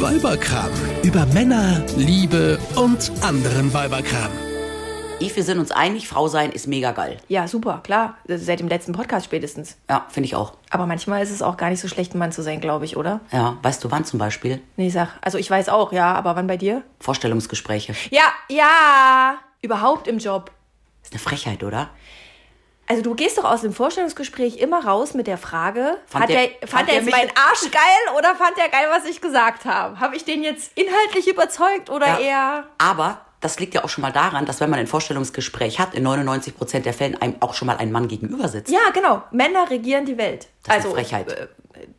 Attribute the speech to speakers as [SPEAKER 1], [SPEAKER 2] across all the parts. [SPEAKER 1] Weiberkram. Über Männer, Liebe und anderen Weiberkram.
[SPEAKER 2] Yves, wir sind uns einig, Frau sein ist mega geil.
[SPEAKER 3] Ja, super, klar. Also Seit dem letzten Podcast spätestens.
[SPEAKER 2] Ja, finde ich auch.
[SPEAKER 3] Aber manchmal ist es auch gar nicht so schlecht, ein Mann zu sein, glaube ich, oder?
[SPEAKER 2] Ja, weißt du wann zum Beispiel?
[SPEAKER 3] Nee, sag. Also ich weiß auch, ja, aber wann bei dir?
[SPEAKER 2] Vorstellungsgespräche.
[SPEAKER 3] Ja, ja. Überhaupt im Job.
[SPEAKER 2] Ist eine Frechheit, oder?
[SPEAKER 3] Also du gehst doch aus dem Vorstellungsgespräch immer raus mit der Frage,
[SPEAKER 2] Fand
[SPEAKER 3] fand,
[SPEAKER 2] der-
[SPEAKER 3] der, fand,
[SPEAKER 2] fand
[SPEAKER 3] der
[SPEAKER 2] der
[SPEAKER 3] jetzt
[SPEAKER 2] mich-
[SPEAKER 3] meinen Arsch geil oder fand der geil, was ich gesagt habe? Habe ich den jetzt inhaltlich überzeugt oder
[SPEAKER 2] Ja.
[SPEAKER 3] eher...
[SPEAKER 2] Aber das liegt ja auch schon mal daran, dass wenn man ein Vorstellungsgespräch hat, in 99 Prozent der Fällen einem auch schon mal ein Mann gegenüber sitzt.
[SPEAKER 3] Ja, genau. Männer regieren die Welt.
[SPEAKER 2] Das ist
[SPEAKER 3] also
[SPEAKER 2] eine Frechheit.
[SPEAKER 3] äh,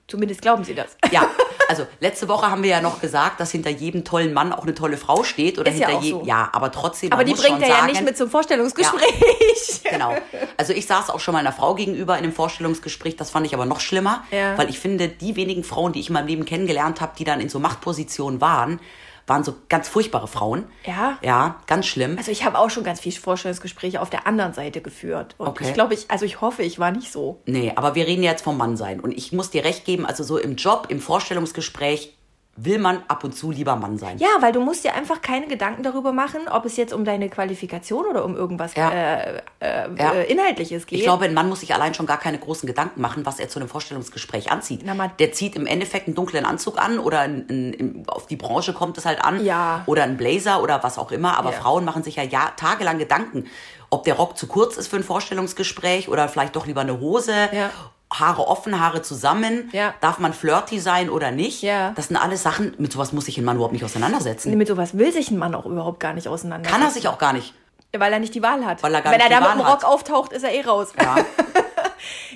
[SPEAKER 3] zumindest glauben sie das.
[SPEAKER 2] Ja, also letzte Woche haben wir ja noch gesagt, dass hinter jedem tollen Mann auch eine tolle Frau steht oder
[SPEAKER 3] Ist ja
[SPEAKER 2] hinter
[SPEAKER 3] auch
[SPEAKER 2] je-
[SPEAKER 3] so.
[SPEAKER 2] ja, aber trotzdem.
[SPEAKER 3] Aber
[SPEAKER 2] man
[SPEAKER 3] die
[SPEAKER 2] muss
[SPEAKER 3] bringt
[SPEAKER 2] schon
[SPEAKER 3] er ja
[SPEAKER 2] sagen,
[SPEAKER 3] nicht mit zum Vorstellungsgespräch.
[SPEAKER 2] Genau. Also ich saß auch schon mal einer Frau gegenüber in einem Vorstellungsgespräch, das fand ich aber noch schlimmer,
[SPEAKER 3] Ja.
[SPEAKER 2] weil ich finde, die wenigen Frauen, die ich in meinem Leben kennengelernt habe, die dann in so Machtpositionen waren, waren so ganz furchtbare Frauen.
[SPEAKER 3] Ja?
[SPEAKER 2] Ja, ganz schlimm.
[SPEAKER 3] Also ich habe auch schon ganz viele Vorstellungsgespräche auf der anderen Seite geführt. Und
[SPEAKER 2] Okay.
[SPEAKER 3] ich glaube, ich, also ich hoffe, ich war nicht so.
[SPEAKER 2] Nee, aber wir reden ja jetzt vom Mann sein. Und ich muss dir recht geben, also so im Job, im Vorstellungsgespräch will man ab und zu lieber Mann sein.
[SPEAKER 3] Ja, weil du musst dir einfach keine Gedanken darüber machen, ob es jetzt um deine Qualifikation oder um irgendwas
[SPEAKER 2] Ja.
[SPEAKER 3] äh, äh,
[SPEAKER 2] Ja.
[SPEAKER 3] äh, Inhaltliches geht.
[SPEAKER 2] Ich glaube, ein Mann muss sich allein schon gar keine großen Gedanken machen, was er zu einem Vorstellungsgespräch anzieht.
[SPEAKER 3] Na, mal-
[SPEAKER 2] der zieht im Endeffekt einen dunklen Anzug an oder ein- ein- im- auf die Branche kommt es halt an
[SPEAKER 3] Ja.
[SPEAKER 2] oder einen Blazer oder was auch immer. Aber
[SPEAKER 3] Ja.
[SPEAKER 2] Frauen machen sich ja, ja tagelang Gedanken, ob der Rock zu kurz ist für ein Vorstellungsgespräch oder vielleicht doch lieber eine Hose.
[SPEAKER 3] Ja.
[SPEAKER 2] Haare offen, Haare zusammen.
[SPEAKER 3] Ja.
[SPEAKER 2] Darf man flirty sein oder nicht?
[SPEAKER 3] Ja.
[SPEAKER 2] Das sind alles Sachen, mit sowas muss sich ein Mann überhaupt nicht auseinandersetzen.
[SPEAKER 3] mit sowas will sich ein Mann auch überhaupt gar nicht auseinander.
[SPEAKER 2] Kann er sich auch gar nicht.
[SPEAKER 3] Weil er nicht die Wahl hat.
[SPEAKER 2] Weil er gar
[SPEAKER 3] Wenn
[SPEAKER 2] nicht
[SPEAKER 3] er
[SPEAKER 2] die
[SPEAKER 3] da mit dem
[SPEAKER 2] Wahl
[SPEAKER 3] Rock
[SPEAKER 2] hat.
[SPEAKER 3] auftaucht, ist er eh raus.
[SPEAKER 2] Ja.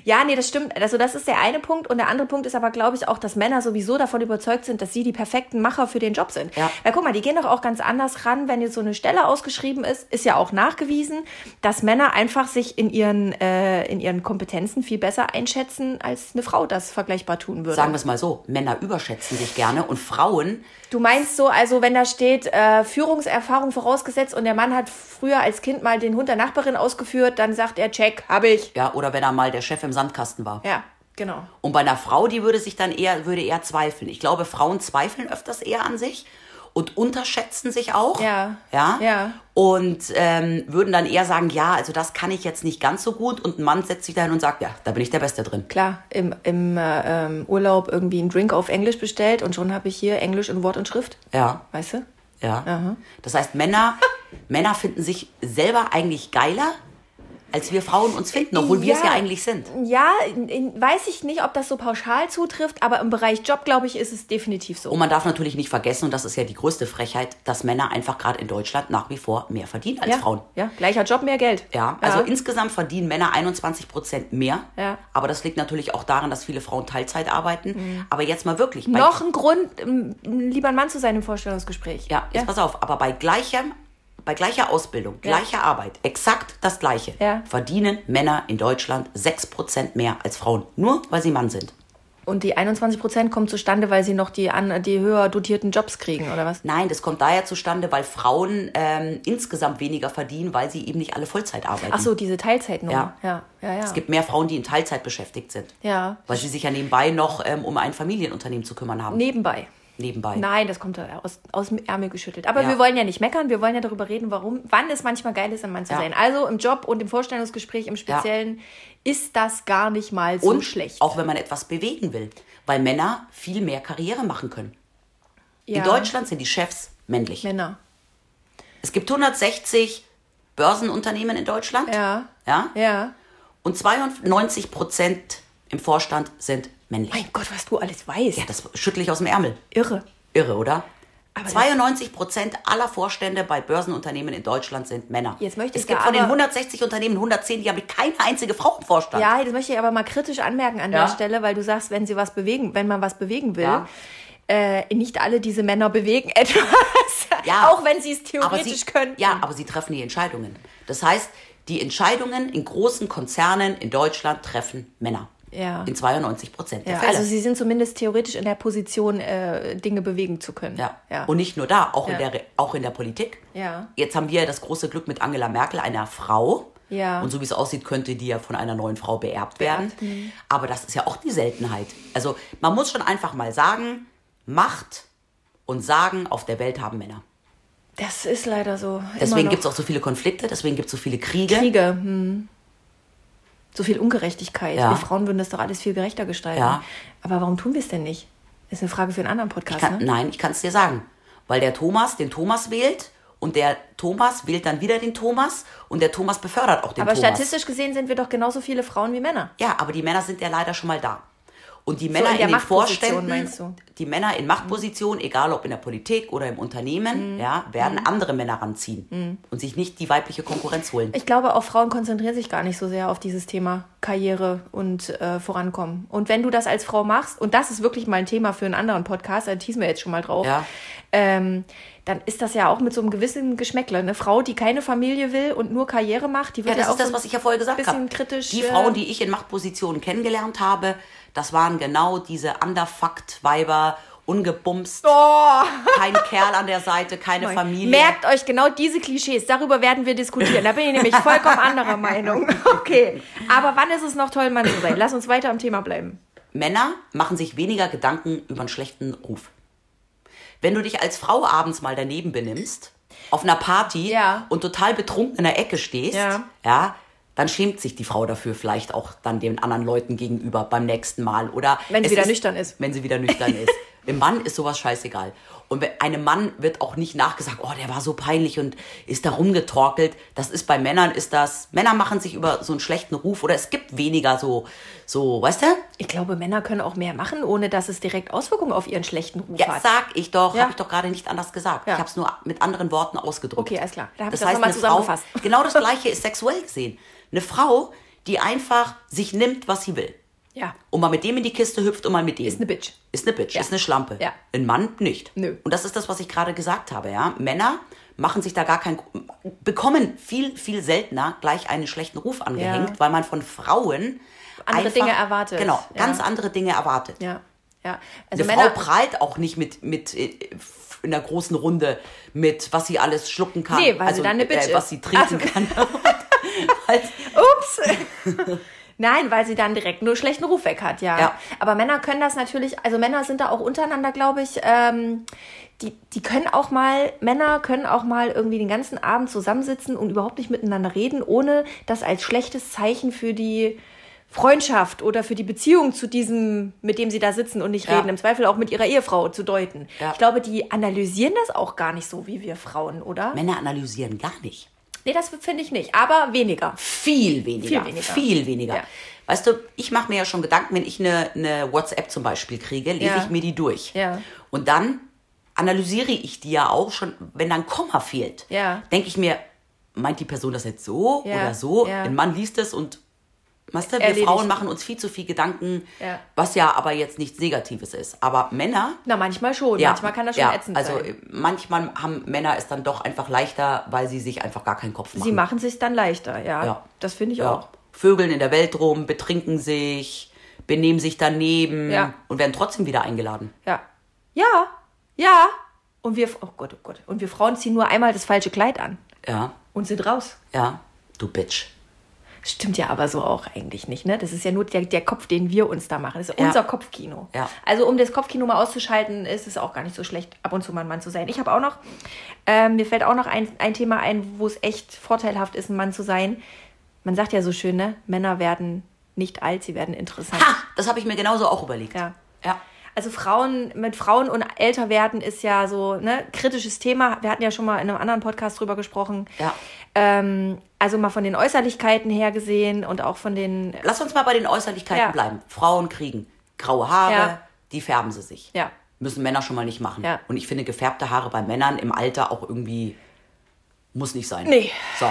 [SPEAKER 3] Ja, nee, das stimmt. Also das ist der eine Punkt. Und der andere Punkt ist aber, glaube ich, auch, dass Männer sowieso davon überzeugt sind, dass sie die perfekten Macher für den Job sind.
[SPEAKER 2] Ja.
[SPEAKER 3] Weil guck mal, die gehen doch auch ganz anders ran, wenn jetzt so eine Stelle ausgeschrieben ist, ist ja auch nachgewiesen, dass Männer einfach sich in ihren, äh, in ihren Kompetenzen viel besser einschätzen, als eine Frau das vergleichbar tun würde.
[SPEAKER 2] Sagen wir es mal so, Männer überschätzen sich gerne und Frauen
[SPEAKER 3] Du meinst so, also wenn da steht, äh, Führungserfahrung vorausgesetzt und der Mann hat früher als Kind mal den Hund der Nachbarin ausgeführt, dann sagt er, check, hab ich.
[SPEAKER 2] Ja, oder wenn er mal der Chef im Sandkasten war.
[SPEAKER 3] Ja, genau.
[SPEAKER 2] Und bei einer Frau, die würde sich dann eher, würde eher zweifeln. Ich glaube, Frauen zweifeln öfters eher an sich und unterschätzen sich auch.
[SPEAKER 3] Ja.
[SPEAKER 2] Ja.
[SPEAKER 3] Ja.
[SPEAKER 2] Und ähm, würden dann eher sagen, ja, also das kann ich jetzt nicht ganz so gut. Und ein Mann setzt sich dahin und sagt, ja, da bin ich der Beste drin.
[SPEAKER 3] Klar, im, im äh, ähm, Urlaub irgendwie einen Drink auf Englisch bestellt und schon habe ich hier Englisch in Wort und Schrift.
[SPEAKER 2] Ja.
[SPEAKER 3] Weißt du?
[SPEAKER 2] Ja. Das heißt, Männer, Männer finden sich selber eigentlich geiler, als wir Frauen uns finden, obwohl wir es ja
[SPEAKER 3] Ja.
[SPEAKER 2] eigentlich sind.
[SPEAKER 3] Ja, in, in, weiß ich nicht, ob das so pauschal zutrifft, aber im Bereich Job, glaube ich, ist es definitiv so.
[SPEAKER 2] Und man darf natürlich nicht vergessen, und das ist ja die größte Frechheit, dass Männer einfach gerade in Deutschland nach wie vor mehr verdienen als
[SPEAKER 3] ja,
[SPEAKER 2] Frauen.
[SPEAKER 3] Ja, gleicher Job, mehr Geld.
[SPEAKER 2] Ja, also insgesamt verdienen Männer 21 Prozent mehr.
[SPEAKER 3] Ja.
[SPEAKER 2] Aber das liegt natürlich auch daran, dass viele Frauen Teilzeit arbeiten. Aber jetzt mal wirklich. bei-
[SPEAKER 3] Mhm. Noch ein Grund, ähm, lieber ein Mann zu sein im Vorstellungsgespräch.
[SPEAKER 2] Ja, jetzt pass auf. Aber bei gleichem, bei gleicher Ausbildung,
[SPEAKER 3] Ja.
[SPEAKER 2] gleicher Arbeit, exakt das Gleiche,
[SPEAKER 3] Ja.
[SPEAKER 2] verdienen Männer in Deutschland 6 Prozent mehr als Frauen. Nur, weil sie Mann sind.
[SPEAKER 3] Und die 21 Prozent kommen zustande, weil sie noch die, an, die höher dotierten Jobs kriegen, oder was?
[SPEAKER 2] Nein, das kommt daher zustande, weil Frauen ähm, insgesamt weniger verdienen, weil sie eben nicht alle Vollzeit arbeiten.
[SPEAKER 3] Ach so, diese Teilzeitnummer.
[SPEAKER 2] Ja.
[SPEAKER 3] ja, ja. ja.
[SPEAKER 2] Es gibt mehr Frauen, die in Teilzeit beschäftigt sind.
[SPEAKER 3] Ja.
[SPEAKER 2] Weil sie sich ja nebenbei noch ähm, um ein Familienunternehmen zu kümmern haben.
[SPEAKER 3] Nebenbei.
[SPEAKER 2] Nebenbei.
[SPEAKER 3] Nein, das kommt da aus, aus dem Ärmel geschüttelt. Aber
[SPEAKER 2] Ja.
[SPEAKER 3] wir wollen ja nicht meckern, wir wollen ja darüber reden, warum, wann es manchmal geil ist, ein Mann zu
[SPEAKER 2] Ja.
[SPEAKER 3] sein. Also im Job und im Vorstellungsgespräch im Speziellen ist das gar nicht mal so
[SPEAKER 2] und
[SPEAKER 3] schlecht.
[SPEAKER 2] auch wenn man etwas bewegen will, weil Männer viel mehr Karriere machen können.
[SPEAKER 3] Ja.
[SPEAKER 2] In Deutschland sind die Chefs männlich.
[SPEAKER 3] Männer.
[SPEAKER 2] Es gibt 160 Börsenunternehmen in Deutschland.
[SPEAKER 3] Ja.
[SPEAKER 2] ja?
[SPEAKER 3] Ja.
[SPEAKER 2] Und 92 Prozent im Vorstand sind männlich.
[SPEAKER 3] Mein Gott, was du alles weißt.
[SPEAKER 2] Ja, das schüttle ich aus dem Ärmel.
[SPEAKER 3] Irre.
[SPEAKER 2] Irre, oder?
[SPEAKER 3] Aber das-
[SPEAKER 2] 92 Prozent aller Vorstände bei Börsenunternehmen in Deutschland sind Männer.
[SPEAKER 3] Jetzt möchte
[SPEAKER 2] es
[SPEAKER 3] ich
[SPEAKER 2] gibt
[SPEAKER 3] da
[SPEAKER 2] von den
[SPEAKER 3] aber-
[SPEAKER 2] 160 Unternehmen 110, die haben keine einzige Frau im Vorstand.
[SPEAKER 3] Ja, das möchte ich aber mal kritisch anmerken an
[SPEAKER 2] Ja.
[SPEAKER 3] der Stelle, weil du sagst, wenn sie was bewegen, wenn man was bewegen will,
[SPEAKER 2] Ja.
[SPEAKER 3] äh, nicht alle diese Männer bewegen etwas.
[SPEAKER 2] Ja.
[SPEAKER 3] Auch wenn sie es
[SPEAKER 2] Aber
[SPEAKER 3] theoretisch
[SPEAKER 2] sie,
[SPEAKER 3] können.
[SPEAKER 2] Ja, aber sie treffen die Entscheidungen. Das heißt, die Entscheidungen in großen Konzernen in Deutschland treffen Männer.
[SPEAKER 3] Ja.
[SPEAKER 2] In 92 Prozent der
[SPEAKER 3] Ja,
[SPEAKER 2] Fälle.
[SPEAKER 3] also sie sind zumindest theoretisch in der Position, äh, Dinge bewegen zu können.
[SPEAKER 2] ja.
[SPEAKER 3] ja.
[SPEAKER 2] Und nicht nur da, auch, in
[SPEAKER 3] Ja.
[SPEAKER 2] der, Re- auch in der Politik.
[SPEAKER 3] Ja.
[SPEAKER 2] Jetzt haben wir ja das große Glück mit Angela Merkel, einer Frau.
[SPEAKER 3] Ja.
[SPEAKER 2] Und so wie es aussieht, könnte die ja von einer neuen Frau beerbt werden. Aber das ist ja auch die Seltenheit. Also man muss schon einfach mal sagen, Macht und sagen, auf der Welt haben Männer.
[SPEAKER 3] Das ist leider so.
[SPEAKER 2] Deswegen
[SPEAKER 3] Immer
[SPEAKER 2] gibt es
[SPEAKER 3] noch.
[SPEAKER 2] auch so viele Konflikte, deswegen gibt es so viele Kriege.
[SPEAKER 3] Kriege. Hm. So viel Ungerechtigkeit.
[SPEAKER 2] Ja.
[SPEAKER 3] Wir Frauen würden das doch alles viel gerechter gestalten.
[SPEAKER 2] Ja.
[SPEAKER 3] Aber warum tun wir es denn nicht? Ist eine Frage für einen anderen Podcast,
[SPEAKER 2] Kann,
[SPEAKER 3] ne?
[SPEAKER 2] Nein, ich kann es dir sagen. Weil der Thomas den Thomas wählt und der Thomas wählt dann wieder den Thomas und der Thomas befördert auch den
[SPEAKER 3] Aber
[SPEAKER 2] Thomas.
[SPEAKER 3] statistisch gesehen sind wir doch genauso viele Frauen wie Männer.
[SPEAKER 2] Ja, aber die Männer sind ja leider schon mal da. Und die Männer
[SPEAKER 3] in
[SPEAKER 2] in,
[SPEAKER 3] der
[SPEAKER 2] den
[SPEAKER 3] Machtposition,
[SPEAKER 2] Vorständen,
[SPEAKER 3] meinst du?
[SPEAKER 2] die Männer in Machtpositionen, egal ob in der Politik oder im Unternehmen,
[SPEAKER 3] Mhm.
[SPEAKER 2] ja, werden andere Männer ranziehen und sich nicht die weibliche Konkurrenz holen.
[SPEAKER 3] Ich glaube, auch Frauen konzentrieren sich gar nicht so sehr auf dieses Thema Karriere und äh, Vorankommen. Und wenn du das als Frau machst, und das ist wirklich mal ein Thema für einen anderen Podcast, da teasen wir jetzt schon mal drauf,
[SPEAKER 2] Ja.
[SPEAKER 3] ähm, dann ist das ja auch mit so einem gewissen Geschmäckle. Eine Frau, die keine Familie will und nur Karriere macht, die
[SPEAKER 2] Ja,
[SPEAKER 3] wird ja,
[SPEAKER 2] das
[SPEAKER 3] auch
[SPEAKER 2] ist das,
[SPEAKER 3] so
[SPEAKER 2] was ich ja vorher gesagt
[SPEAKER 3] bisschen
[SPEAKER 2] habe.
[SPEAKER 3] kritisch,
[SPEAKER 2] Die
[SPEAKER 3] äh,
[SPEAKER 2] Frauen, die ich in Machtpositionen kennengelernt habe, das waren genau diese Underfucked-Weiber, ungebumst,
[SPEAKER 3] Oh.
[SPEAKER 2] kein Kerl an der Seite, keine Oh! Familie.
[SPEAKER 3] Merkt euch genau diese Klischees, darüber werden wir diskutieren. Da bin ich nämlich vollkommen anderer Meinung. Okay, aber wann ist es noch toll, Mann zu sein? Lass uns weiter am Thema bleiben.
[SPEAKER 2] Männer machen sich weniger Gedanken über einen schlechten Ruf. Wenn du dich als Frau abends mal daneben benimmst, auf einer Party
[SPEAKER 3] Ja.
[SPEAKER 2] und total betrunken in der Ecke stehst,
[SPEAKER 3] Ja.
[SPEAKER 2] ja, dann schämt sich die Frau dafür vielleicht auch dann den anderen Leuten gegenüber beim nächsten Mal oder
[SPEAKER 3] Wenn sie
[SPEAKER 2] es
[SPEAKER 3] wieder nüchtern ist.
[SPEAKER 2] Wenn sie wieder nüchtern ist. Dem Mann ist sowas scheißegal. Und wenn- einem Mann wird auch nicht nachgesagt, oh, der war so peinlich und ist da rumgetorkelt. Das ist bei Männern ist das. Männer machen sich über so einen schlechten Ruf oder es gibt weniger so so, weißt du?
[SPEAKER 3] Ich glaube, Männer können auch mehr machen, ohne dass es direkt Auswirkungen auf ihren schlechten Ruf
[SPEAKER 2] Ja,
[SPEAKER 3] hat.
[SPEAKER 2] sag ich doch,
[SPEAKER 3] Ja.
[SPEAKER 2] habe ich doch gerade nicht anders gesagt.
[SPEAKER 3] Ja.
[SPEAKER 2] Ich habe es nur mit anderen Worten ausgedrückt.
[SPEAKER 3] Okay, alles klar. Da hab ich
[SPEAKER 2] das
[SPEAKER 3] das
[SPEAKER 2] heißt,
[SPEAKER 3] nochmal
[SPEAKER 2] eine Frau,
[SPEAKER 3] zusammengefasst.
[SPEAKER 2] genau das gleiche ist sexuell gesehen. Eine Frau, die einfach sich nimmt, was sie will.
[SPEAKER 3] Ja.
[SPEAKER 2] Und mal mit dem in die Kiste hüpft und mal mit dem.
[SPEAKER 3] Ist eine Bitch.
[SPEAKER 2] Ist eine Bitch,
[SPEAKER 3] Ja.
[SPEAKER 2] ist eine Schlampe.
[SPEAKER 3] Ja.
[SPEAKER 2] Ein Mann nicht.
[SPEAKER 3] Nö.
[SPEAKER 2] Und das ist das, was ich gerade gesagt habe, ja. Männer machen sich da gar kein, bekommen viel, viel seltener gleich einen schlechten Ruf angehängt, weil man von Frauen
[SPEAKER 3] Andere
[SPEAKER 2] einfach,
[SPEAKER 3] Dinge erwartet.
[SPEAKER 2] Genau,
[SPEAKER 3] Ja.
[SPEAKER 2] ganz andere Dinge erwartet.
[SPEAKER 3] Ja, ja. Also
[SPEAKER 2] Eine
[SPEAKER 3] Männer,
[SPEAKER 2] Frau prahlt auch nicht mit, mit äh, in einer großen Runde mit, was sie alles schlucken kann.
[SPEAKER 3] Nee, weil sie dann eine Bitch
[SPEAKER 2] äh, Was
[SPEAKER 3] ist.
[SPEAKER 2] sie trinken
[SPEAKER 3] Also-
[SPEAKER 2] kann. Weil-
[SPEAKER 3] Ups. Nein, weil sie dann direkt nur schlechten Ruf weg hat, ja.
[SPEAKER 2] Ja.
[SPEAKER 3] Aber Männer können das natürlich, also Männer sind da auch untereinander, glaube ich, ähm, die, die können auch mal, Männer können auch mal irgendwie den ganzen Abend zusammensitzen und überhaupt nicht miteinander reden, ohne das als schlechtes Zeichen für die Freundschaft oder für die Beziehung zu diesem, mit dem sie da sitzen und nicht
[SPEAKER 2] Ja.
[SPEAKER 3] reden, im Zweifel auch mit ihrer Ehefrau zu deuten.
[SPEAKER 2] Ja.
[SPEAKER 3] Ich glaube, die analysieren das auch gar nicht so wie wir Frauen, oder?
[SPEAKER 2] Männer analysieren gar nicht.
[SPEAKER 3] Nee, das finde ich nicht, aber weniger.
[SPEAKER 2] Viel weniger.
[SPEAKER 3] Viel weniger.
[SPEAKER 2] Viel weniger.
[SPEAKER 3] Ja.
[SPEAKER 2] Weißt du, ich mache mir ja schon Gedanken, wenn ich eine, eine WhatsApp zum Beispiel kriege, lese
[SPEAKER 3] Ja.
[SPEAKER 2] ich mir die durch.
[SPEAKER 3] Ja.
[SPEAKER 2] Und dann analysiere ich die ja auch schon, wenn dann Komma fehlt.
[SPEAKER 3] Ja.
[SPEAKER 2] Denke ich mir, meint die Person das jetzt so
[SPEAKER 3] Ja.
[SPEAKER 2] oder so?
[SPEAKER 3] Ja.
[SPEAKER 2] Ein Mann liest es und Weißt du, wir
[SPEAKER 3] Erledigt.
[SPEAKER 2] Frauen machen uns viel zu viel Gedanken,
[SPEAKER 3] Ja.
[SPEAKER 2] was ja aber jetzt nichts Negatives ist. Aber Männer,
[SPEAKER 3] Na, manchmal schon.
[SPEAKER 2] ja,
[SPEAKER 3] manchmal kann das schon
[SPEAKER 2] ja,
[SPEAKER 3] ätzend
[SPEAKER 2] also
[SPEAKER 3] sein.
[SPEAKER 2] äh, manchmal haben Männer es dann doch einfach leichter, weil sie sich einfach gar keinen Kopf machen.
[SPEAKER 3] Sie machen sich dann leichter, ja.
[SPEAKER 2] Ja.
[SPEAKER 3] Das finde ich auch.
[SPEAKER 2] ja. Vögeln in der Welt rum, betrinken sich, benehmen sich daneben
[SPEAKER 3] Ja.
[SPEAKER 2] und werden trotzdem wieder eingeladen.
[SPEAKER 3] Ja. Ja. Ja. Und wir, oh Gott, oh Gott. Und wir Frauen ziehen nur einmal das falsche Kleid an
[SPEAKER 2] Ja,
[SPEAKER 3] und sind raus.
[SPEAKER 2] ja, du Bitch.
[SPEAKER 3] Stimmt ja aber so auch eigentlich nicht, ne? Das ist ja nur der, der Kopf, den wir uns da machen. Das ist unser Kopfkino.
[SPEAKER 2] Ja.
[SPEAKER 3] Also um das Kopfkino mal auszuschalten, ist es auch gar nicht so schlecht, ab und zu mal ein Mann zu sein. Ich habe auch noch, ähm, mir fällt auch noch ein, ein Thema ein, wo es echt vorteilhaft ist, ein Mann zu sein. Man sagt ja so schön, ne? Männer werden nicht alt, sie werden interessant.
[SPEAKER 2] Ha, das habe ich mir genauso auch überlegt.
[SPEAKER 3] Ja.
[SPEAKER 2] ja.
[SPEAKER 3] Also Frauen mit Frauen und älter werden ist ja so ne kritisches Thema. Wir hatten ja schon mal in einem anderen Podcast drüber gesprochen.
[SPEAKER 2] Ja.
[SPEAKER 3] Ähm, also mal von den Äußerlichkeiten her gesehen und auch von den
[SPEAKER 2] Lass uns mal bei den Äußerlichkeiten
[SPEAKER 3] Ja.
[SPEAKER 2] bleiben. Frauen kriegen graue Haare,
[SPEAKER 3] Ja.
[SPEAKER 2] die färben sie sich.
[SPEAKER 3] Ja.
[SPEAKER 2] Müssen Männer schon mal nicht machen.
[SPEAKER 3] Ja.
[SPEAKER 2] Und ich finde, gefärbte Haare bei Männern im Alter auch irgendwie muss nicht sein.
[SPEAKER 3] Nee.
[SPEAKER 2] So.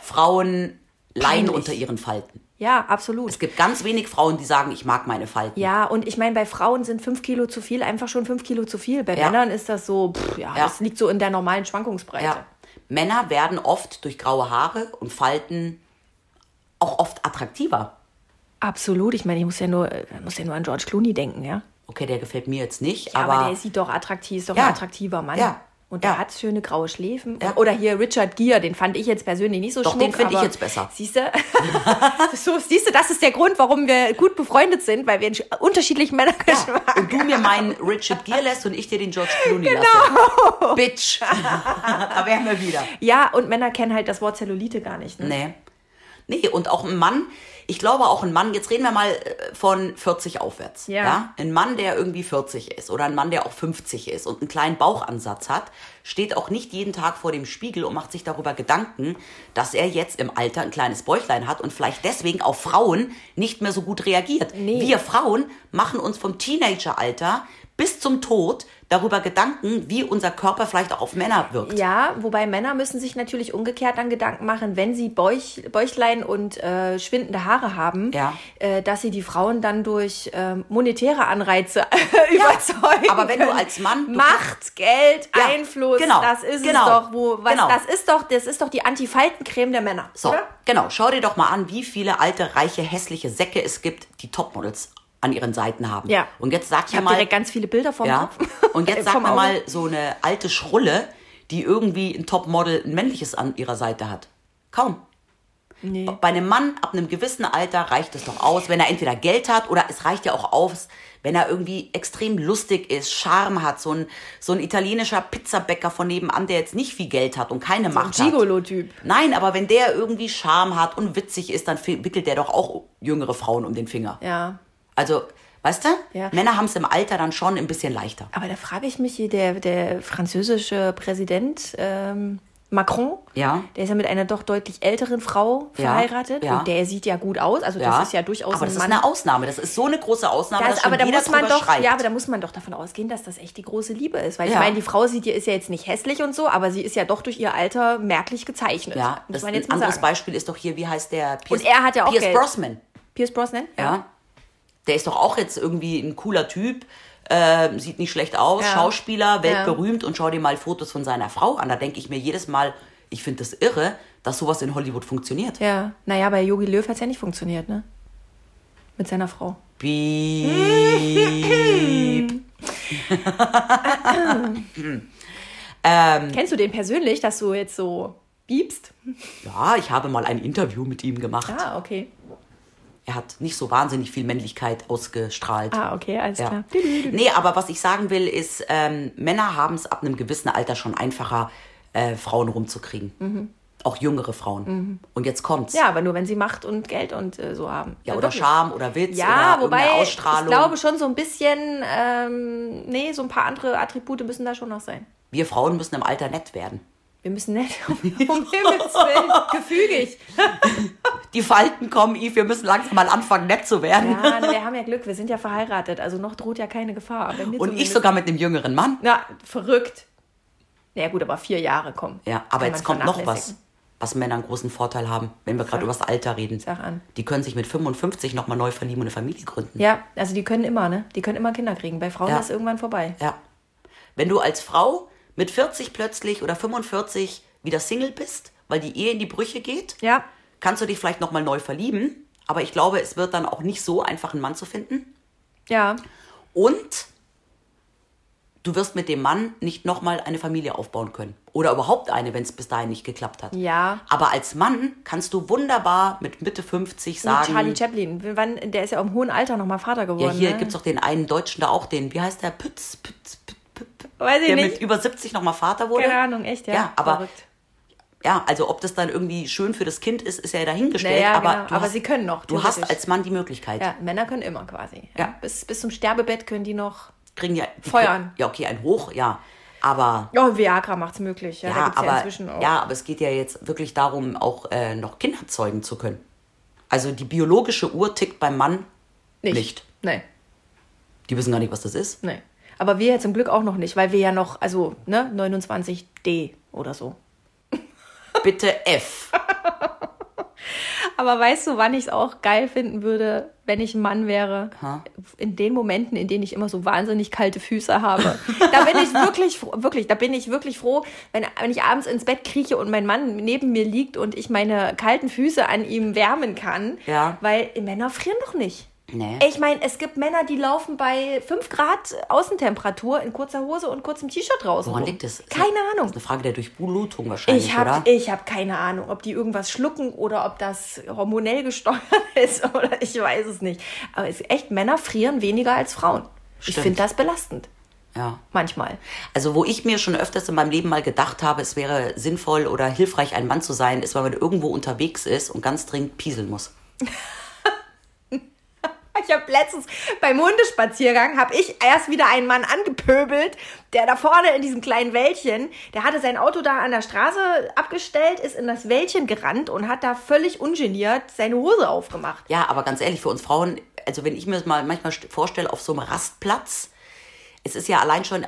[SPEAKER 2] Frauen leiden
[SPEAKER 3] Peinlich.
[SPEAKER 2] unter ihren Falten.
[SPEAKER 3] ja absolut.
[SPEAKER 2] Es gibt ganz wenig Frauen, die sagen, ich mag meine Falten.
[SPEAKER 3] Ja und ich meine bei Frauen sind fünf Kilo zu viel einfach schon fünf Kilo zu viel. Bei
[SPEAKER 2] Ja.
[SPEAKER 3] Männern ist das so pff, ja,
[SPEAKER 2] Ja.
[SPEAKER 3] das liegt so in der normalen Schwankungsbreite.
[SPEAKER 2] Ja. Männer werden oft durch graue Haare und Falten auch oft attraktiver.
[SPEAKER 3] Absolut. Ich meine ich muss ja nur äh, muss ja nur an George Clooney denken ja.
[SPEAKER 2] Okay, der gefällt mir jetzt nicht,
[SPEAKER 3] Ja, aber,
[SPEAKER 2] aber,
[SPEAKER 3] der sieht doch attraktiv, ist doch
[SPEAKER 2] Ja.
[SPEAKER 3] ein attraktiver Mann.
[SPEAKER 2] ja.
[SPEAKER 3] Und der
[SPEAKER 2] Ja.
[SPEAKER 3] hat schöne graue Schläfen. Oder hier Richard Gere, den fand ich jetzt persönlich nicht so
[SPEAKER 2] Doch,
[SPEAKER 3] schmuck.
[SPEAKER 2] den finde ich
[SPEAKER 3] aber-
[SPEAKER 2] jetzt besser.
[SPEAKER 3] Siehst du? so, siehst du, das ist der Grund, warum wir gut befreundet sind, weil wir einen sch- unterschiedlichen Männergeschmack
[SPEAKER 2] Und du mir meinen Richard Gere lässt und ich dir den George Clooney lasse. Bitch. da wären wir wieder.
[SPEAKER 3] Ja, und Männer kennen halt das Wort Zellulite gar nicht. Ne?
[SPEAKER 2] Nee. Nee, und auch ein Mann, ich glaube auch ein Mann, jetzt reden wir mal äh, von 40 aufwärts.
[SPEAKER 3] Ja.
[SPEAKER 2] Ein Mann, der irgendwie 40 ist oder ein Mann, der auch 50 ist und einen kleinen Bauchansatz hat, steht auch nicht jeden Tag vor dem Spiegel und macht sich darüber Gedanken, dass er jetzt im Alter ein kleines Bäuchlein hat und vielleicht deswegen auf Frauen nicht mehr so gut reagiert.
[SPEAKER 3] Nee.
[SPEAKER 2] Wir Frauen machen uns vom Teenageralter bis zum Tod darüber Gedanken, wie unser Körper vielleicht auch auf Männer wirkt.
[SPEAKER 3] Ja, wobei Männer müssen sich natürlich umgekehrt dann Gedanken machen, wenn sie Bäuch, Bäuchlein und äh, schwindende Haare haben,
[SPEAKER 2] Ja.
[SPEAKER 3] äh, dass sie die Frauen dann durch äh, monetäre Anreize überzeugen.
[SPEAKER 2] aber wenn du
[SPEAKER 3] können.
[SPEAKER 2] als Mann- du
[SPEAKER 3] Macht, Geld,
[SPEAKER 2] Ja,
[SPEAKER 3] Einfluss,
[SPEAKER 2] genau,
[SPEAKER 3] das ist
[SPEAKER 2] genau,
[SPEAKER 3] es doch, wo, was,
[SPEAKER 2] genau.
[SPEAKER 3] das ist doch, das ist doch die Antifaltencreme der Männer.
[SPEAKER 2] So,
[SPEAKER 3] Oder?
[SPEAKER 2] genau. Schau dir doch mal an, wie viele alte, reiche, hässliche Säcke es gibt, die Topmodels an ihren Seiten haben.
[SPEAKER 3] Ja.
[SPEAKER 2] Und jetzt sag
[SPEAKER 3] Ich
[SPEAKER 2] mir
[SPEAKER 3] habe
[SPEAKER 2] mal,
[SPEAKER 3] direkt ganz viele Bilder vom
[SPEAKER 2] ja.
[SPEAKER 3] Kopf. Äh,
[SPEAKER 2] Und jetzt sag
[SPEAKER 3] Vom
[SPEAKER 2] mir
[SPEAKER 3] Auge.
[SPEAKER 2] mal so eine alte Schrulle, die irgendwie ein Topmodel, ein männliches an ihrer Seite hat. Kaum.
[SPEAKER 3] Nee.
[SPEAKER 2] Bei einem Mann ab einem gewissen Alter reicht es doch aus, wenn er entweder Geld hat oder es reicht ja auch aus, wenn er irgendwie extrem lustig ist, Charme hat, so ein, so ein italienischer Pizzabäcker von nebenan, der jetzt nicht viel Geld hat und keine Macht hat.
[SPEAKER 3] Gigolo-Typ.
[SPEAKER 2] Nein, aber wenn der irgendwie Charme hat und witzig ist, dann fi- wickelt der doch auch jüngere Frauen um den Finger.
[SPEAKER 3] Ja.
[SPEAKER 2] Also, weißt du?
[SPEAKER 3] Ja.
[SPEAKER 2] Männer haben es im Alter dann schon ein bisschen leichter.
[SPEAKER 3] Aber da frage ich mich hier, der, der französische Präsident ähm, Macron,
[SPEAKER 2] Ja.
[SPEAKER 3] der ist ja mit einer doch deutlich älteren Frau
[SPEAKER 2] Ja,
[SPEAKER 3] verheiratet
[SPEAKER 2] ja.
[SPEAKER 3] und der sieht ja gut aus. Also das ist ja durchaus
[SPEAKER 2] Aber
[SPEAKER 3] ein
[SPEAKER 2] das
[SPEAKER 3] Mann.
[SPEAKER 2] ist eine Ausnahme. Das ist so eine große Ausnahme,
[SPEAKER 3] das,
[SPEAKER 2] dass
[SPEAKER 3] aber
[SPEAKER 2] schon jeder
[SPEAKER 3] da muss man
[SPEAKER 2] drüber
[SPEAKER 3] doch,
[SPEAKER 2] schreit.
[SPEAKER 3] ja, aber da muss man doch davon ausgehen, dass das echt die große Liebe ist. Weil
[SPEAKER 2] Ja.
[SPEAKER 3] ich meine, die Frau sieht ja, ist ja jetzt nicht hässlich und so, aber sie ist ja doch durch ihr Alter merklich gezeichnet.
[SPEAKER 2] Ja,
[SPEAKER 3] muss
[SPEAKER 2] das
[SPEAKER 3] man
[SPEAKER 2] ein
[SPEAKER 3] jetzt mal
[SPEAKER 2] anderes
[SPEAKER 3] sagen.
[SPEAKER 2] Beispiel ist doch hier, wie heißt der? Pierce,
[SPEAKER 3] Und er hat ja auch
[SPEAKER 2] Pierce
[SPEAKER 3] Geld.
[SPEAKER 2] Brosnan.
[SPEAKER 3] Pierce Brosnan?
[SPEAKER 2] Ja. Der ist doch auch jetzt irgendwie ein cooler Typ, äh, sieht nicht schlecht aus,
[SPEAKER 3] Ja.
[SPEAKER 2] Schauspieler, weltberühmt und schau dir mal Fotos von seiner Frau an. Da denke ich mir jedes Mal, ich finde das irre, dass sowas in Hollywood funktioniert.
[SPEAKER 3] Ja. Naja, bei Yogi Löw hat es ja nicht funktioniert, ne? Mit seiner Frau.
[SPEAKER 2] Piep. Ähm.
[SPEAKER 3] Kennst du den persönlich, dass du jetzt so biebst?
[SPEAKER 2] Ja, ich habe mal ein Interview mit ihm gemacht.
[SPEAKER 3] Ah, okay.
[SPEAKER 2] Er hat nicht so wahnsinnig viel Männlichkeit ausgestrahlt.
[SPEAKER 3] Ah, okay, alles
[SPEAKER 2] Ja.
[SPEAKER 3] klar.
[SPEAKER 2] Nee, aber was ich sagen will, ist, ähm, Männer haben es ab einem gewissen Alter schon einfacher, äh, Frauen rumzukriegen. Auch jüngere Frauen. Und jetzt kommt's.
[SPEAKER 3] Mhm. Ja, aber nur wenn sie Macht und Geld und äh, so haben.
[SPEAKER 2] Ja,
[SPEAKER 3] Äh,
[SPEAKER 2] oder
[SPEAKER 3] doch.
[SPEAKER 2] Charme oder Witz
[SPEAKER 3] Ja,
[SPEAKER 2] oder
[SPEAKER 3] wobei
[SPEAKER 2] irgendeine
[SPEAKER 3] ich
[SPEAKER 2] Ausstrahlung.
[SPEAKER 3] glaube schon so ein bisschen, ähm, nee, so ein paar andere Attribute müssen da schon noch sein.
[SPEAKER 2] Wir Frauen müssen im Alter nett werden.
[SPEAKER 3] Wir müssen nett um, um Himmels Willen, gefügig.
[SPEAKER 2] Die Falten kommen, Yves, wir müssen langsam mal anfangen, nett zu werden.
[SPEAKER 3] Ja, na, wir haben ja Glück, wir sind ja verheiratet, also noch droht ja keine Gefahr. Bei
[SPEAKER 2] Und
[SPEAKER 3] mir
[SPEAKER 2] ich
[SPEAKER 3] zumindest.
[SPEAKER 2] sogar mit einem jüngeren Mann.
[SPEAKER 3] Na, verrückt. Na ja, gut, aber vier Jahre kommen.
[SPEAKER 2] Ja, aber
[SPEAKER 3] Kann
[SPEAKER 2] jetzt
[SPEAKER 3] man
[SPEAKER 2] kommt noch was,
[SPEAKER 3] vernachlässigen.
[SPEAKER 2] was Männer einen großen Vorteil haben, wenn wir gerade über das Alter reden.
[SPEAKER 3] Sag an.
[SPEAKER 2] Die können sich mit 55 nochmal neu verlieben und eine Familie gründen.
[SPEAKER 3] Ja, also die können immer, ne? Die können immer Kinder kriegen. Bei Frauen
[SPEAKER 2] Ja.
[SPEAKER 3] ist irgendwann vorbei.
[SPEAKER 2] Ja. Wenn du als Frau mit 40 plötzlich oder 45 wieder Single bist, weil die Ehe in die Brüche geht,
[SPEAKER 3] Ja.
[SPEAKER 2] kannst du dich vielleicht nochmal neu verlieben. Aber ich glaube, es wird dann auch nicht so einfach, einen Mann zu finden.
[SPEAKER 3] Ja.
[SPEAKER 2] Und du wirst mit dem Mann nicht nochmal eine Familie aufbauen können. Oder überhaupt eine, wenn es bis dahin nicht geklappt hat.
[SPEAKER 3] Ja.
[SPEAKER 2] Aber als Mann kannst du wunderbar mit Mitte 50
[SPEAKER 3] Und
[SPEAKER 2] sagen.
[SPEAKER 3] Charlie Chaplin, wann, der ist ja im hohen Alter nochmal Vater geworden.
[SPEAKER 2] ja, hier
[SPEAKER 3] ne?
[SPEAKER 2] gibt's doch den einen Deutschen da auch, den, wie heißt der? Pütz, Pütz, Pütz, Pütz,
[SPEAKER 3] Weiß ich Genau.
[SPEAKER 2] der
[SPEAKER 3] nicht.
[SPEAKER 2] mit über 70 nochmal Vater wurde.
[SPEAKER 3] Keine Ahnung, echt, ja.
[SPEAKER 2] Ja, aber
[SPEAKER 3] Verrückt.
[SPEAKER 2] ja, also ob das dann irgendwie schön für das Kind ist, ist ja dahingestellt.
[SPEAKER 3] Naja,
[SPEAKER 2] aber
[SPEAKER 3] genau.
[SPEAKER 2] du
[SPEAKER 3] Aber
[SPEAKER 2] hast,
[SPEAKER 3] sie können noch,
[SPEAKER 2] Du hast
[SPEAKER 3] theoretisch.
[SPEAKER 2] als Mann die Möglichkeit.
[SPEAKER 3] Ja, Männer können immer quasi.
[SPEAKER 2] Ja.
[SPEAKER 3] Bis, bis zum Sterbebett können die noch.
[SPEAKER 2] Kriegen ja
[SPEAKER 3] Feuern.
[SPEAKER 2] Ja, okay, ein Hoch, ja. Aber
[SPEAKER 3] Ja, Viagra macht's möglich. Ja, da
[SPEAKER 2] ja,
[SPEAKER 3] gibt's ja
[SPEAKER 2] aber
[SPEAKER 3] inzwischen auch.
[SPEAKER 2] ja, aber es geht ja jetzt wirklich darum, auch äh, noch Kinder zeugen zu können. Also die biologische Uhr tickt beim Mann nicht.
[SPEAKER 3] Nee,
[SPEAKER 2] Die wissen gar nicht, was das ist.
[SPEAKER 3] nee. Aber wir ja zum Glück auch noch nicht, weil wir ja noch, also, ne, 29D oder so.
[SPEAKER 2] Bitte F.
[SPEAKER 3] Aber weißt du, wann ich es auch geil finden würde, wenn ich ein Mann wäre?
[SPEAKER 2] Ha?
[SPEAKER 3] In den Momenten, in denen ich immer so wahnsinnig kalte Füße habe. Da bin ich wirklich, fro- wirklich, da bin ich wirklich froh, wenn, wenn ich abends ins Bett krieche und mein Mann neben mir liegt und ich meine kalten Füße an ihm wärmen kann.
[SPEAKER 2] Ja.
[SPEAKER 3] Weil Männer frieren doch nicht.
[SPEAKER 2] Nee.
[SPEAKER 3] Ich meine, es gibt Männer, die laufen bei 5 Grad Außentemperatur in kurzer Hose und kurzem T-Shirt draußen.
[SPEAKER 2] Woran
[SPEAKER 3] rum.
[SPEAKER 2] liegt das? Ist
[SPEAKER 3] Oh. Keine
[SPEAKER 2] eine-
[SPEAKER 3] Ahnung.
[SPEAKER 2] Ist eine Frage der Durchblutung wahrscheinlich,
[SPEAKER 3] Ich
[SPEAKER 2] oder?
[SPEAKER 3] habe ich hab keine Ahnung, ob die irgendwas schlucken oder ob das hormonell gesteuert ist oder ich weiß es nicht. Aber es ist echt, Männer frieren weniger als Frauen. Ich
[SPEAKER 2] Stimmt.
[SPEAKER 3] finde das belastend.
[SPEAKER 2] ja.
[SPEAKER 3] Manchmal.
[SPEAKER 2] Also wo ich mir schon öfters in meinem Leben mal gedacht habe, es wäre sinnvoll oder hilfreich, ein Mann zu sein, ist, wenn man irgendwo unterwegs ist und ganz dringend pieseln muss.
[SPEAKER 3] Ich habe letztens beim Hundespaziergang habe ich erst wieder einen Mann angepöbelt, der da vorne in diesem kleinen Wäldchen, der hatte sein Auto da an der Straße abgestellt, ist in das Wäldchen gerannt und hat da völlig ungeniert seine Hose aufgemacht.
[SPEAKER 2] Ja, aber ganz ehrlich, für uns Frauen, also wenn ich mir das mal manchmal st- vorstelle, auf so einem Rastplatz, es ist ja allein schon äh,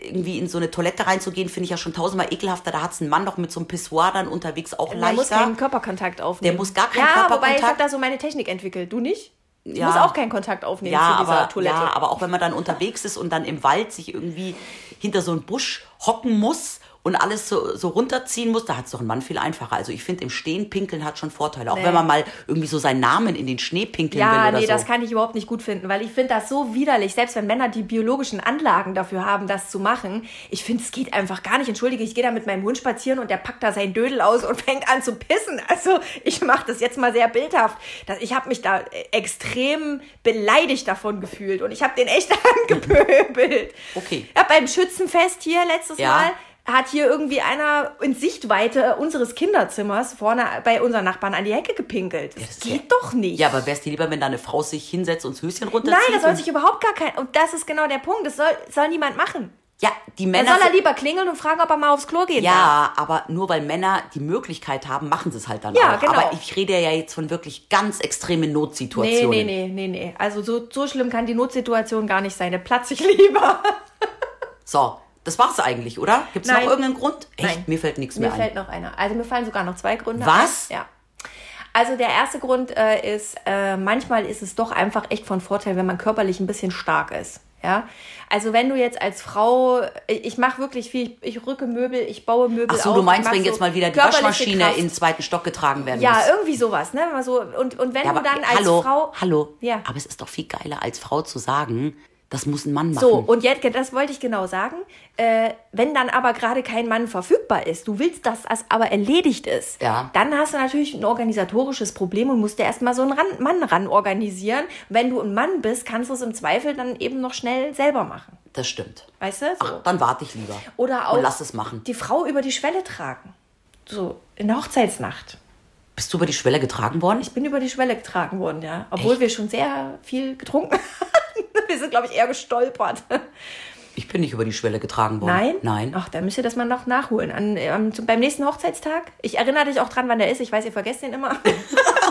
[SPEAKER 2] irgendwie in so eine Toilette reinzugehen, finde ich ja schon tausendmal ekelhafter. Da hat es ein Mann doch mit so einem Pissoir dann unterwegs auch
[SPEAKER 3] Man
[SPEAKER 2] leichter.
[SPEAKER 3] muss keinen Körperkontakt aufnehmen.
[SPEAKER 2] Der muss gar keinen
[SPEAKER 3] ja, wobei ich
[SPEAKER 2] Körperkontakt-
[SPEAKER 3] habe da so meine Technik entwickelt. Du nicht? Ich
[SPEAKER 2] Ja.
[SPEAKER 3] muss auch keinen Kontakt aufnehmen
[SPEAKER 2] ja,
[SPEAKER 3] zu dieser
[SPEAKER 2] aber,
[SPEAKER 3] Toilette.
[SPEAKER 2] ja, aber auch wenn man dann unterwegs ist und dann im Wald sich irgendwie hinter so einen Busch hocken muss und alles so, so runterziehen muss, da hat es doch ein Mann viel einfacher. Also ich finde, im Stehen pinkeln hat schon Vorteile. Auch
[SPEAKER 3] Nee.
[SPEAKER 2] wenn man mal irgendwie so seinen Namen in den Schnee pinkeln will
[SPEAKER 3] Ja,
[SPEAKER 2] oder
[SPEAKER 3] nee,
[SPEAKER 2] so.
[SPEAKER 3] das kann ich überhaupt nicht gut finden, weil ich finde das so widerlich, selbst wenn Männer die biologischen Anlagen dafür haben, das zu machen. Ich finde, es geht einfach gar nicht. Entschuldige, ich gehe da mit meinem Hund spazieren und der packt da seinen Dödel aus und fängt an zu pissen. Also ich mache das jetzt mal sehr bildhaft. Das- Ich habe mich da äh, extrem beleidigt davon gefühlt und ich habe den echt angepöbelt.
[SPEAKER 2] Okay.
[SPEAKER 3] Ja, beim Schützenfest hier letztes
[SPEAKER 2] Ja.
[SPEAKER 3] Mal hat hier irgendwie einer in Sichtweite unseres Kinderzimmers vorne bei unseren Nachbarn an die Hecke gepinkelt. Das,
[SPEAKER 2] das ist
[SPEAKER 3] geht doch nicht.
[SPEAKER 2] ja, aber wär's dir lieber, wenn deine Frau sich hinsetzt und das Höschen runterzieht?
[SPEAKER 3] Nein, das soll
[SPEAKER 2] und-
[SPEAKER 3] sich überhaupt gar kein. Und das ist genau der Punkt. Das soll, soll niemand machen.
[SPEAKER 2] Ja, die
[SPEAKER 3] Dann
[SPEAKER 2] Männer...
[SPEAKER 3] soll er lieber klingeln und fragen, ob er mal aufs Klo gehen darf.
[SPEAKER 2] ja, aber nur weil Männer die Möglichkeit haben, machen sie es halt dann
[SPEAKER 3] Ja,
[SPEAKER 2] auch.
[SPEAKER 3] genau.
[SPEAKER 2] Aber ich rede ja jetzt von wirklich ganz extremen
[SPEAKER 3] Nee,
[SPEAKER 2] Notsituationen.
[SPEAKER 3] nee, nee, nee, nee. Also so, so schlimm kann die Notsituation gar nicht sein. Der platze ich lieber.
[SPEAKER 2] So, das war's eigentlich, oder? Gibt's
[SPEAKER 3] Nein.
[SPEAKER 2] noch irgendeinen Grund? Echt,
[SPEAKER 3] Nein.
[SPEAKER 2] mir fällt nichts
[SPEAKER 3] Mir
[SPEAKER 2] mehr ein.
[SPEAKER 3] fällt noch einer. Also mir fallen sogar noch zwei Gründe
[SPEAKER 2] Was?
[SPEAKER 3] ein. Ja. Also der erste Grund äh, ist, äh, manchmal ist es doch einfach echt von Vorteil, wenn man körperlich ein bisschen stark ist. Ja, also wenn du jetzt als Frau, ich, ich mache wirklich viel, ich, ich rücke Möbel, ich baue Möbel
[SPEAKER 2] Ach so,
[SPEAKER 3] auf,
[SPEAKER 2] du
[SPEAKER 3] ich
[SPEAKER 2] meinst,
[SPEAKER 3] mach
[SPEAKER 2] wenn
[SPEAKER 3] so
[SPEAKER 2] jetzt mal wieder die
[SPEAKER 3] körperliche
[SPEAKER 2] Waschmaschine
[SPEAKER 3] Kraft.
[SPEAKER 2] in den zweiten Stock getragen werden
[SPEAKER 3] Ja,
[SPEAKER 2] muss.
[SPEAKER 3] irgendwie sowas, ne? Wenn man so, und, und wenn
[SPEAKER 2] Ja,
[SPEAKER 3] du dann als
[SPEAKER 2] hallo,
[SPEAKER 3] Frau.
[SPEAKER 2] hallo.
[SPEAKER 3] Ja.
[SPEAKER 2] Aber es ist doch viel geiler, als Frau zu sagen, das muss ein Mann machen.
[SPEAKER 3] So, und jetzt, das wollte ich genau sagen. Äh, wenn dann aber gerade kein Mann verfügbar ist, du willst, dass das aber erledigt ist,
[SPEAKER 2] Ja.
[SPEAKER 3] dann hast du natürlich ein organisatorisches Problem und musst dir erstmal so einen ran, Mann ran organisieren. Wenn du ein Mann bist, kannst du es im Zweifel dann eben noch schnell selber machen.
[SPEAKER 2] das stimmt.
[SPEAKER 3] Weißt du? So.
[SPEAKER 2] Ach, dann warte ich lieber.
[SPEAKER 3] Oder auch
[SPEAKER 2] Und lass es machen.
[SPEAKER 3] die Frau über die Schwelle tragen. So, in der Hochzeitsnacht.
[SPEAKER 2] Bist du über die Schwelle getragen worden?
[SPEAKER 3] Ich bin über die Schwelle getragen worden, ja. Obwohl
[SPEAKER 2] Echt?
[SPEAKER 3] wir schon sehr viel getrunken haben. Wir sind, glaube ich, eher gestolpert.
[SPEAKER 2] Ich bin nicht über die Schwelle getragen worden.
[SPEAKER 3] Nein?
[SPEAKER 2] Nein.
[SPEAKER 3] Ach, da müsst ihr das mal noch nachholen. An, am- zum, beim nächsten Hochzeitstag. Ich erinnere dich auch dran, wann der ist. Ich weiß, ihr vergesst den immer.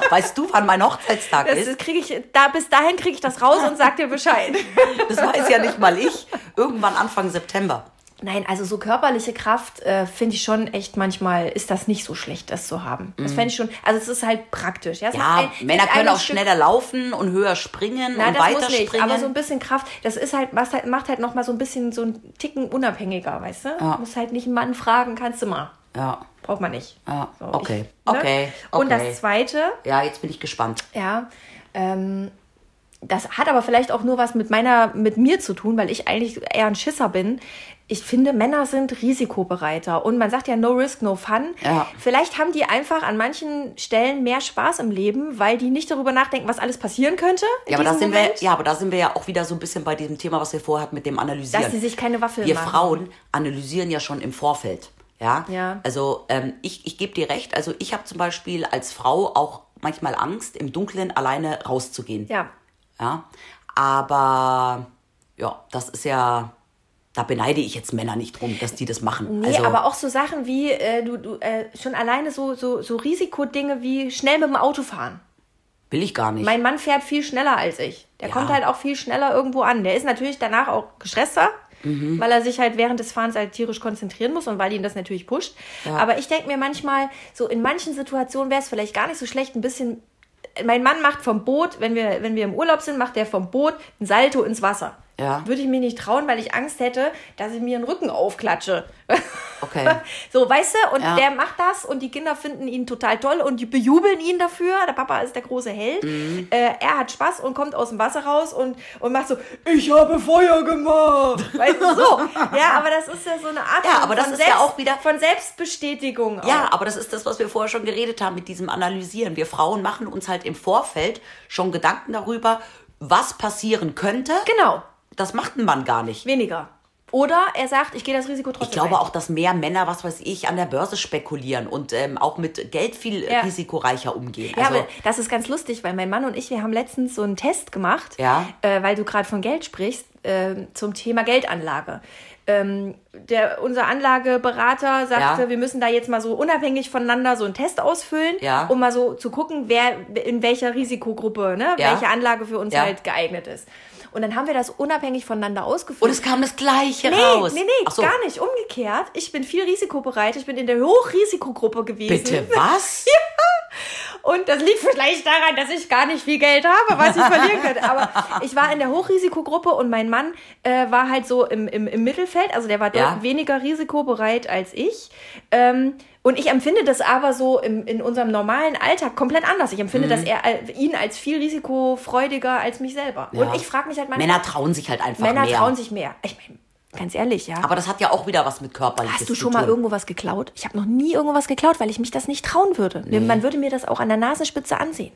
[SPEAKER 2] Weißt du, wann mein Hochzeitstag
[SPEAKER 3] Das
[SPEAKER 2] ist?
[SPEAKER 3] krieg ich, da, bis dahin kriege ich das raus und sag dir Bescheid.
[SPEAKER 2] Das weiß ja nicht mal ich. Irgendwann Anfang September.
[SPEAKER 3] Nein, also so körperliche Kraft äh, finde ich schon echt manchmal ist das nicht so schlecht, das zu haben. Das fände ich schon, also es ist halt praktisch. es
[SPEAKER 2] Mm. Ja,
[SPEAKER 3] macht ein-
[SPEAKER 2] Männer
[SPEAKER 3] gibt einem
[SPEAKER 2] können auch
[SPEAKER 3] Stück-
[SPEAKER 2] schneller laufen und höher springen
[SPEAKER 3] Na,
[SPEAKER 2] und
[SPEAKER 3] das
[SPEAKER 2] weiter
[SPEAKER 3] muss nicht,
[SPEAKER 2] springen.
[SPEAKER 3] aber so ein bisschen Kraft, das ist halt, was halt, macht halt nochmal so ein bisschen so einen Ticken unabhängiger, weißt du?
[SPEAKER 2] Ja.
[SPEAKER 3] Muss halt nicht einen Mann fragen, kannst du mal.
[SPEAKER 2] ja.
[SPEAKER 3] Braucht man nicht.
[SPEAKER 2] Ja,
[SPEAKER 3] So,
[SPEAKER 2] okay,
[SPEAKER 3] ich- ne?
[SPEAKER 2] okay,
[SPEAKER 3] Und
[SPEAKER 2] okay.
[SPEAKER 3] das Zweite,
[SPEAKER 2] ja, jetzt bin ich gespannt.
[SPEAKER 3] ja, ähm, das hat aber vielleicht auch nur was mit meiner, mit mir zu tun, weil ich eigentlich eher ein Schisser bin. Ich finde, Männer sind risikobereiter und man sagt ja no risk, no fun.
[SPEAKER 2] Ja.
[SPEAKER 3] Vielleicht haben die einfach an manchen Stellen mehr Spaß im Leben, weil die nicht darüber nachdenken, was alles passieren könnte. in
[SPEAKER 2] Ja aber, da
[SPEAKER 3] diesem
[SPEAKER 2] sind wir,
[SPEAKER 3] Moment.
[SPEAKER 2] ja, aber da sind wir ja auch wieder so ein bisschen bei diesem Thema, was wir vorher hatten mit dem Analysieren.
[SPEAKER 3] Dass sie sich keine Waffeln
[SPEAKER 2] Wir
[SPEAKER 3] machen.
[SPEAKER 2] Frauen analysieren ja schon im Vorfeld. Ja.
[SPEAKER 3] Ja.
[SPEAKER 2] Also ähm, ich, ich gebe dir recht. Also ich habe zum Beispiel als Frau auch manchmal Angst, im Dunkeln alleine rauszugehen.
[SPEAKER 3] Ja.
[SPEAKER 2] Ja. Aber ja, das ist ja, da beneide ich jetzt Männer nicht drum, dass die das machen.
[SPEAKER 3] Nee,
[SPEAKER 2] also,
[SPEAKER 3] aber auch so Sachen wie, äh, du, du äh, schon alleine so, so, so Risikodinge wie schnell mit dem Auto fahren.
[SPEAKER 2] will ich gar nicht.
[SPEAKER 3] Mein Mann fährt viel schneller als ich. Der
[SPEAKER 2] Ja.
[SPEAKER 3] kommt halt auch viel schneller irgendwo an. Der ist natürlich danach auch gestresster,
[SPEAKER 2] Mhm.
[SPEAKER 3] weil er sich halt während des Fahrens halt tierisch konzentrieren muss und weil ihn das natürlich pusht. Aber ich denke mir manchmal, so in manchen Situationen wäre es vielleicht gar nicht so schlecht, ein bisschen. Mein Mann macht vom Boot, wenn wir, wenn wir im Urlaub sind, macht der vom Boot ein Salto ins Wasser.
[SPEAKER 2] Ja.
[SPEAKER 3] Würde ich mir nicht trauen, weil ich Angst hätte, dass ich mir den Rücken aufklatsche.
[SPEAKER 2] Okay.
[SPEAKER 3] so, weißt du, und
[SPEAKER 2] Ja.
[SPEAKER 3] der macht das und die Kinder finden ihn total toll und die bejubeln ihn dafür. Der Papa ist der große Held.
[SPEAKER 2] Mhm.
[SPEAKER 3] Äh, er hat Spaß und kommt aus dem Wasser raus und, und macht so, ich habe Feuer gemacht. Weißt du, so. Ja, aber das ist ja so eine Art
[SPEAKER 2] Ja,
[SPEAKER 3] von-
[SPEAKER 2] aber das
[SPEAKER 3] von
[SPEAKER 2] ist ja auch wieder-
[SPEAKER 3] von Selbstbestätigung. auch.
[SPEAKER 2] Ja, aber das ist das, was wir vorher schon geredet haben mit diesem Analysieren. Wir Frauen machen uns halt im Vorfeld schon Gedanken darüber, was passieren könnte.
[SPEAKER 3] Genau.
[SPEAKER 2] Das macht ein Mann gar nicht.
[SPEAKER 3] Weniger. Oder er sagt, ich gehe das Risiko trotzdem
[SPEAKER 2] Ich glaube
[SPEAKER 3] ein.
[SPEAKER 2] auch, dass mehr Männer, was weiß ich, an der Börse spekulieren und ähm, auch mit Geld viel äh,
[SPEAKER 3] Ja.
[SPEAKER 2] risikoreicher umgehen.
[SPEAKER 3] Ja,
[SPEAKER 2] Also,
[SPEAKER 3] aber das ist ganz lustig, weil mein Mann und ich, wir haben letztens so einen Test gemacht,
[SPEAKER 2] Ja.
[SPEAKER 3] äh, weil du gerade von Geld sprichst, äh, zum Thema Geldanlage. Ähm, der, unser Anlageberater sagte,
[SPEAKER 2] Ja.
[SPEAKER 3] wir müssen da jetzt mal so unabhängig voneinander so einen Test ausfüllen,
[SPEAKER 2] Ja.
[SPEAKER 3] um mal so zu gucken, wer in welcher Risikogruppe, ne,
[SPEAKER 2] Ja.
[SPEAKER 3] welche Anlage für uns
[SPEAKER 2] Ja.
[SPEAKER 3] halt geeignet ist. Und dann haben wir das unabhängig voneinander ausgefüllt.
[SPEAKER 2] und es kam das Gleiche
[SPEAKER 3] Nee,
[SPEAKER 2] raus.
[SPEAKER 3] nee, nee,
[SPEAKER 2] Ach so.
[SPEAKER 3] gar nicht. Umgekehrt. Ich bin viel risikobereit. Ich bin in der Hochrisikogruppe gewesen.
[SPEAKER 2] Bitte was?
[SPEAKER 3] Und das liegt vielleicht daran, dass ich gar nicht viel Geld habe, was ich verlieren könnte. Aber ich war in der Hochrisikogruppe und mein Mann äh, war halt so im, im, im Mittelfeld. Also der war
[SPEAKER 2] Ja.
[SPEAKER 3] deutlich weniger risikobereit als ich. Ähm, und ich empfinde das aber so im, in unserem normalen Alltag komplett anders. Ich
[SPEAKER 2] Mhm.
[SPEAKER 3] empfinde das eher, al- ihn als viel risikofreudiger als mich selber.
[SPEAKER 2] Ja.
[SPEAKER 3] Und ich frage mich halt manchmal,
[SPEAKER 2] Männer trauen sich halt einfach
[SPEAKER 3] Männer
[SPEAKER 2] mehr.
[SPEAKER 3] trauen sich mehr. Ich meine, ganz ehrlich, ja.
[SPEAKER 2] Aber das hat ja auch wieder was mit körperliches
[SPEAKER 3] Hast du
[SPEAKER 2] zu
[SPEAKER 3] schon mal
[SPEAKER 2] tun.
[SPEAKER 3] irgendwo was geklaut? Ich habe noch nie irgendwo was geklaut, weil ich mich das nicht trauen würde. Ne, Man würde mir das auch an der Nasenspitze ansehen.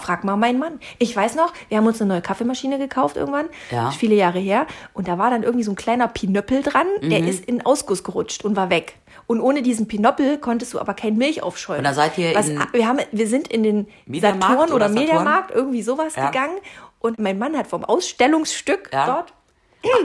[SPEAKER 3] Frag mal meinen Mann. Ich weiß noch, wir haben uns eine neue Kaffeemaschine gekauft irgendwann,
[SPEAKER 2] Ja.
[SPEAKER 3] ist viele Jahre her. Und da war dann irgendwie so ein kleiner Pinöppel dran, der
[SPEAKER 2] Mhm.
[SPEAKER 3] ist in Ausguss gerutscht und war weg. Und ohne diesen Pinöppel konntest du aber kein Milch aufschäumen.
[SPEAKER 2] Und da seid ihr
[SPEAKER 3] Was,
[SPEAKER 2] in-
[SPEAKER 3] wir, haben, wir sind in den
[SPEAKER 2] Mediamarkt
[SPEAKER 3] Saturn oder,
[SPEAKER 2] oder Saturn?
[SPEAKER 3] Mediamarkt, irgendwie sowas
[SPEAKER 2] Ja.
[SPEAKER 3] gegangen. Und mein Mann hat vom Ausstellungsstück
[SPEAKER 2] Ja.
[SPEAKER 3] dort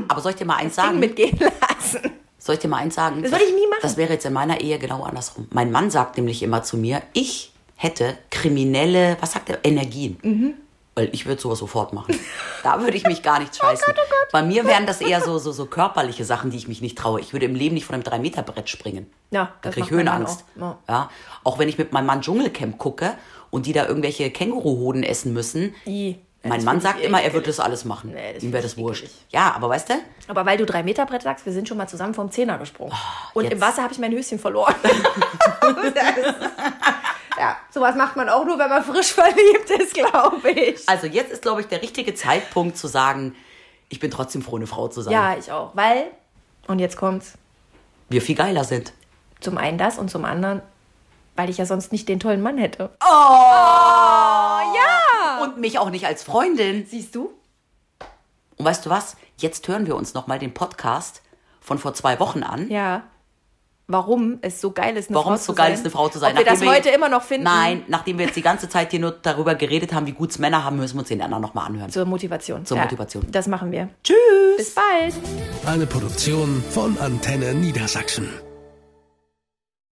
[SPEAKER 2] Aber soll ich dir mal eins
[SPEAKER 3] Ding
[SPEAKER 2] sagen?
[SPEAKER 3] mitgehen lassen.
[SPEAKER 2] Soll ich dir mal eins sagen?
[SPEAKER 3] Das würde ich nie machen.
[SPEAKER 2] Das wäre jetzt in meiner Ehe genau andersrum. Mein Mann sagt nämlich immer zu mir, ich hätte kriminelle, was sagt er, Energien.
[SPEAKER 3] Mhm.
[SPEAKER 2] Weil ich würde sowas sofort machen. Da würde ich mich gar
[SPEAKER 3] Oh
[SPEAKER 2] nicht scheißen. Bei mir wären das eher so, so, so körperliche Sachen, die ich mich nicht traue. Ich würde im Leben nicht von einem 3-Meter-Brett springen.
[SPEAKER 3] Ja,
[SPEAKER 2] da
[SPEAKER 3] das
[SPEAKER 2] kriege ich
[SPEAKER 3] macht mein Mann
[SPEAKER 2] Höhenangst.
[SPEAKER 3] auch. Ja.
[SPEAKER 2] Ja, auch wenn ich mit meinem Mann Dschungelcamp gucke und die da irgendwelche Känguruhoden essen müssen.
[SPEAKER 3] I. Ja,
[SPEAKER 2] Mein
[SPEAKER 3] das
[SPEAKER 2] Mann
[SPEAKER 3] find ich
[SPEAKER 2] sagt immer, er
[SPEAKER 3] ekelig.
[SPEAKER 2] würde das alles machen.
[SPEAKER 3] Nee, das
[SPEAKER 2] Ihm wäre
[SPEAKER 3] find
[SPEAKER 2] das
[SPEAKER 3] ich
[SPEAKER 2] wurscht.
[SPEAKER 3] ekelig.
[SPEAKER 2] Ja, aber weißt du,
[SPEAKER 3] Aber weil du drei Meter Brett sagst, wir sind schon mal zusammen vom Zehner gesprungen. Und
[SPEAKER 2] Ah, jetzt.
[SPEAKER 3] im Wasser habe ich mein Höschen verloren. ja, sowas macht man auch nur, wenn man frisch verliebt ist, glaube ich.
[SPEAKER 2] Also jetzt ist, glaube ich, der richtige Zeitpunkt zu sagen, ich bin trotzdem froh, eine Frau zu sein.
[SPEAKER 3] Ja, ich auch. Weil, und jetzt kommt's,
[SPEAKER 2] Wir viel geiler sind.
[SPEAKER 3] zum einen das und zum anderen, weil ich ja sonst nicht den tollen Mann hätte. Oh,
[SPEAKER 2] Oh, ja! Und mich auch nicht als Freundin.
[SPEAKER 3] Siehst du?
[SPEAKER 2] Und weißt du was? Jetzt hören wir uns nochmal den Podcast von vor zwei Wochen an.
[SPEAKER 3] Ja. Warum es so geil ist, eine
[SPEAKER 2] Warum
[SPEAKER 3] Frau
[SPEAKER 2] es so
[SPEAKER 3] zu
[SPEAKER 2] geil
[SPEAKER 3] sein.
[SPEAKER 2] ist, eine Frau zu sein.
[SPEAKER 3] Ob wir das
[SPEAKER 2] Nachdem
[SPEAKER 3] heute immer noch finden.
[SPEAKER 2] Nein, nachdem wir jetzt die ganze Zeit hier nur darüber geredet haben, wie gut es Männer haben, müssen wir uns den anderen nochmal anhören.
[SPEAKER 3] Zur Motivation.
[SPEAKER 2] Zur Motivation.
[SPEAKER 3] Das machen wir.
[SPEAKER 2] Tschüss!
[SPEAKER 3] Bis bald.
[SPEAKER 1] Eine Produktion von Antenne Niedersachsen.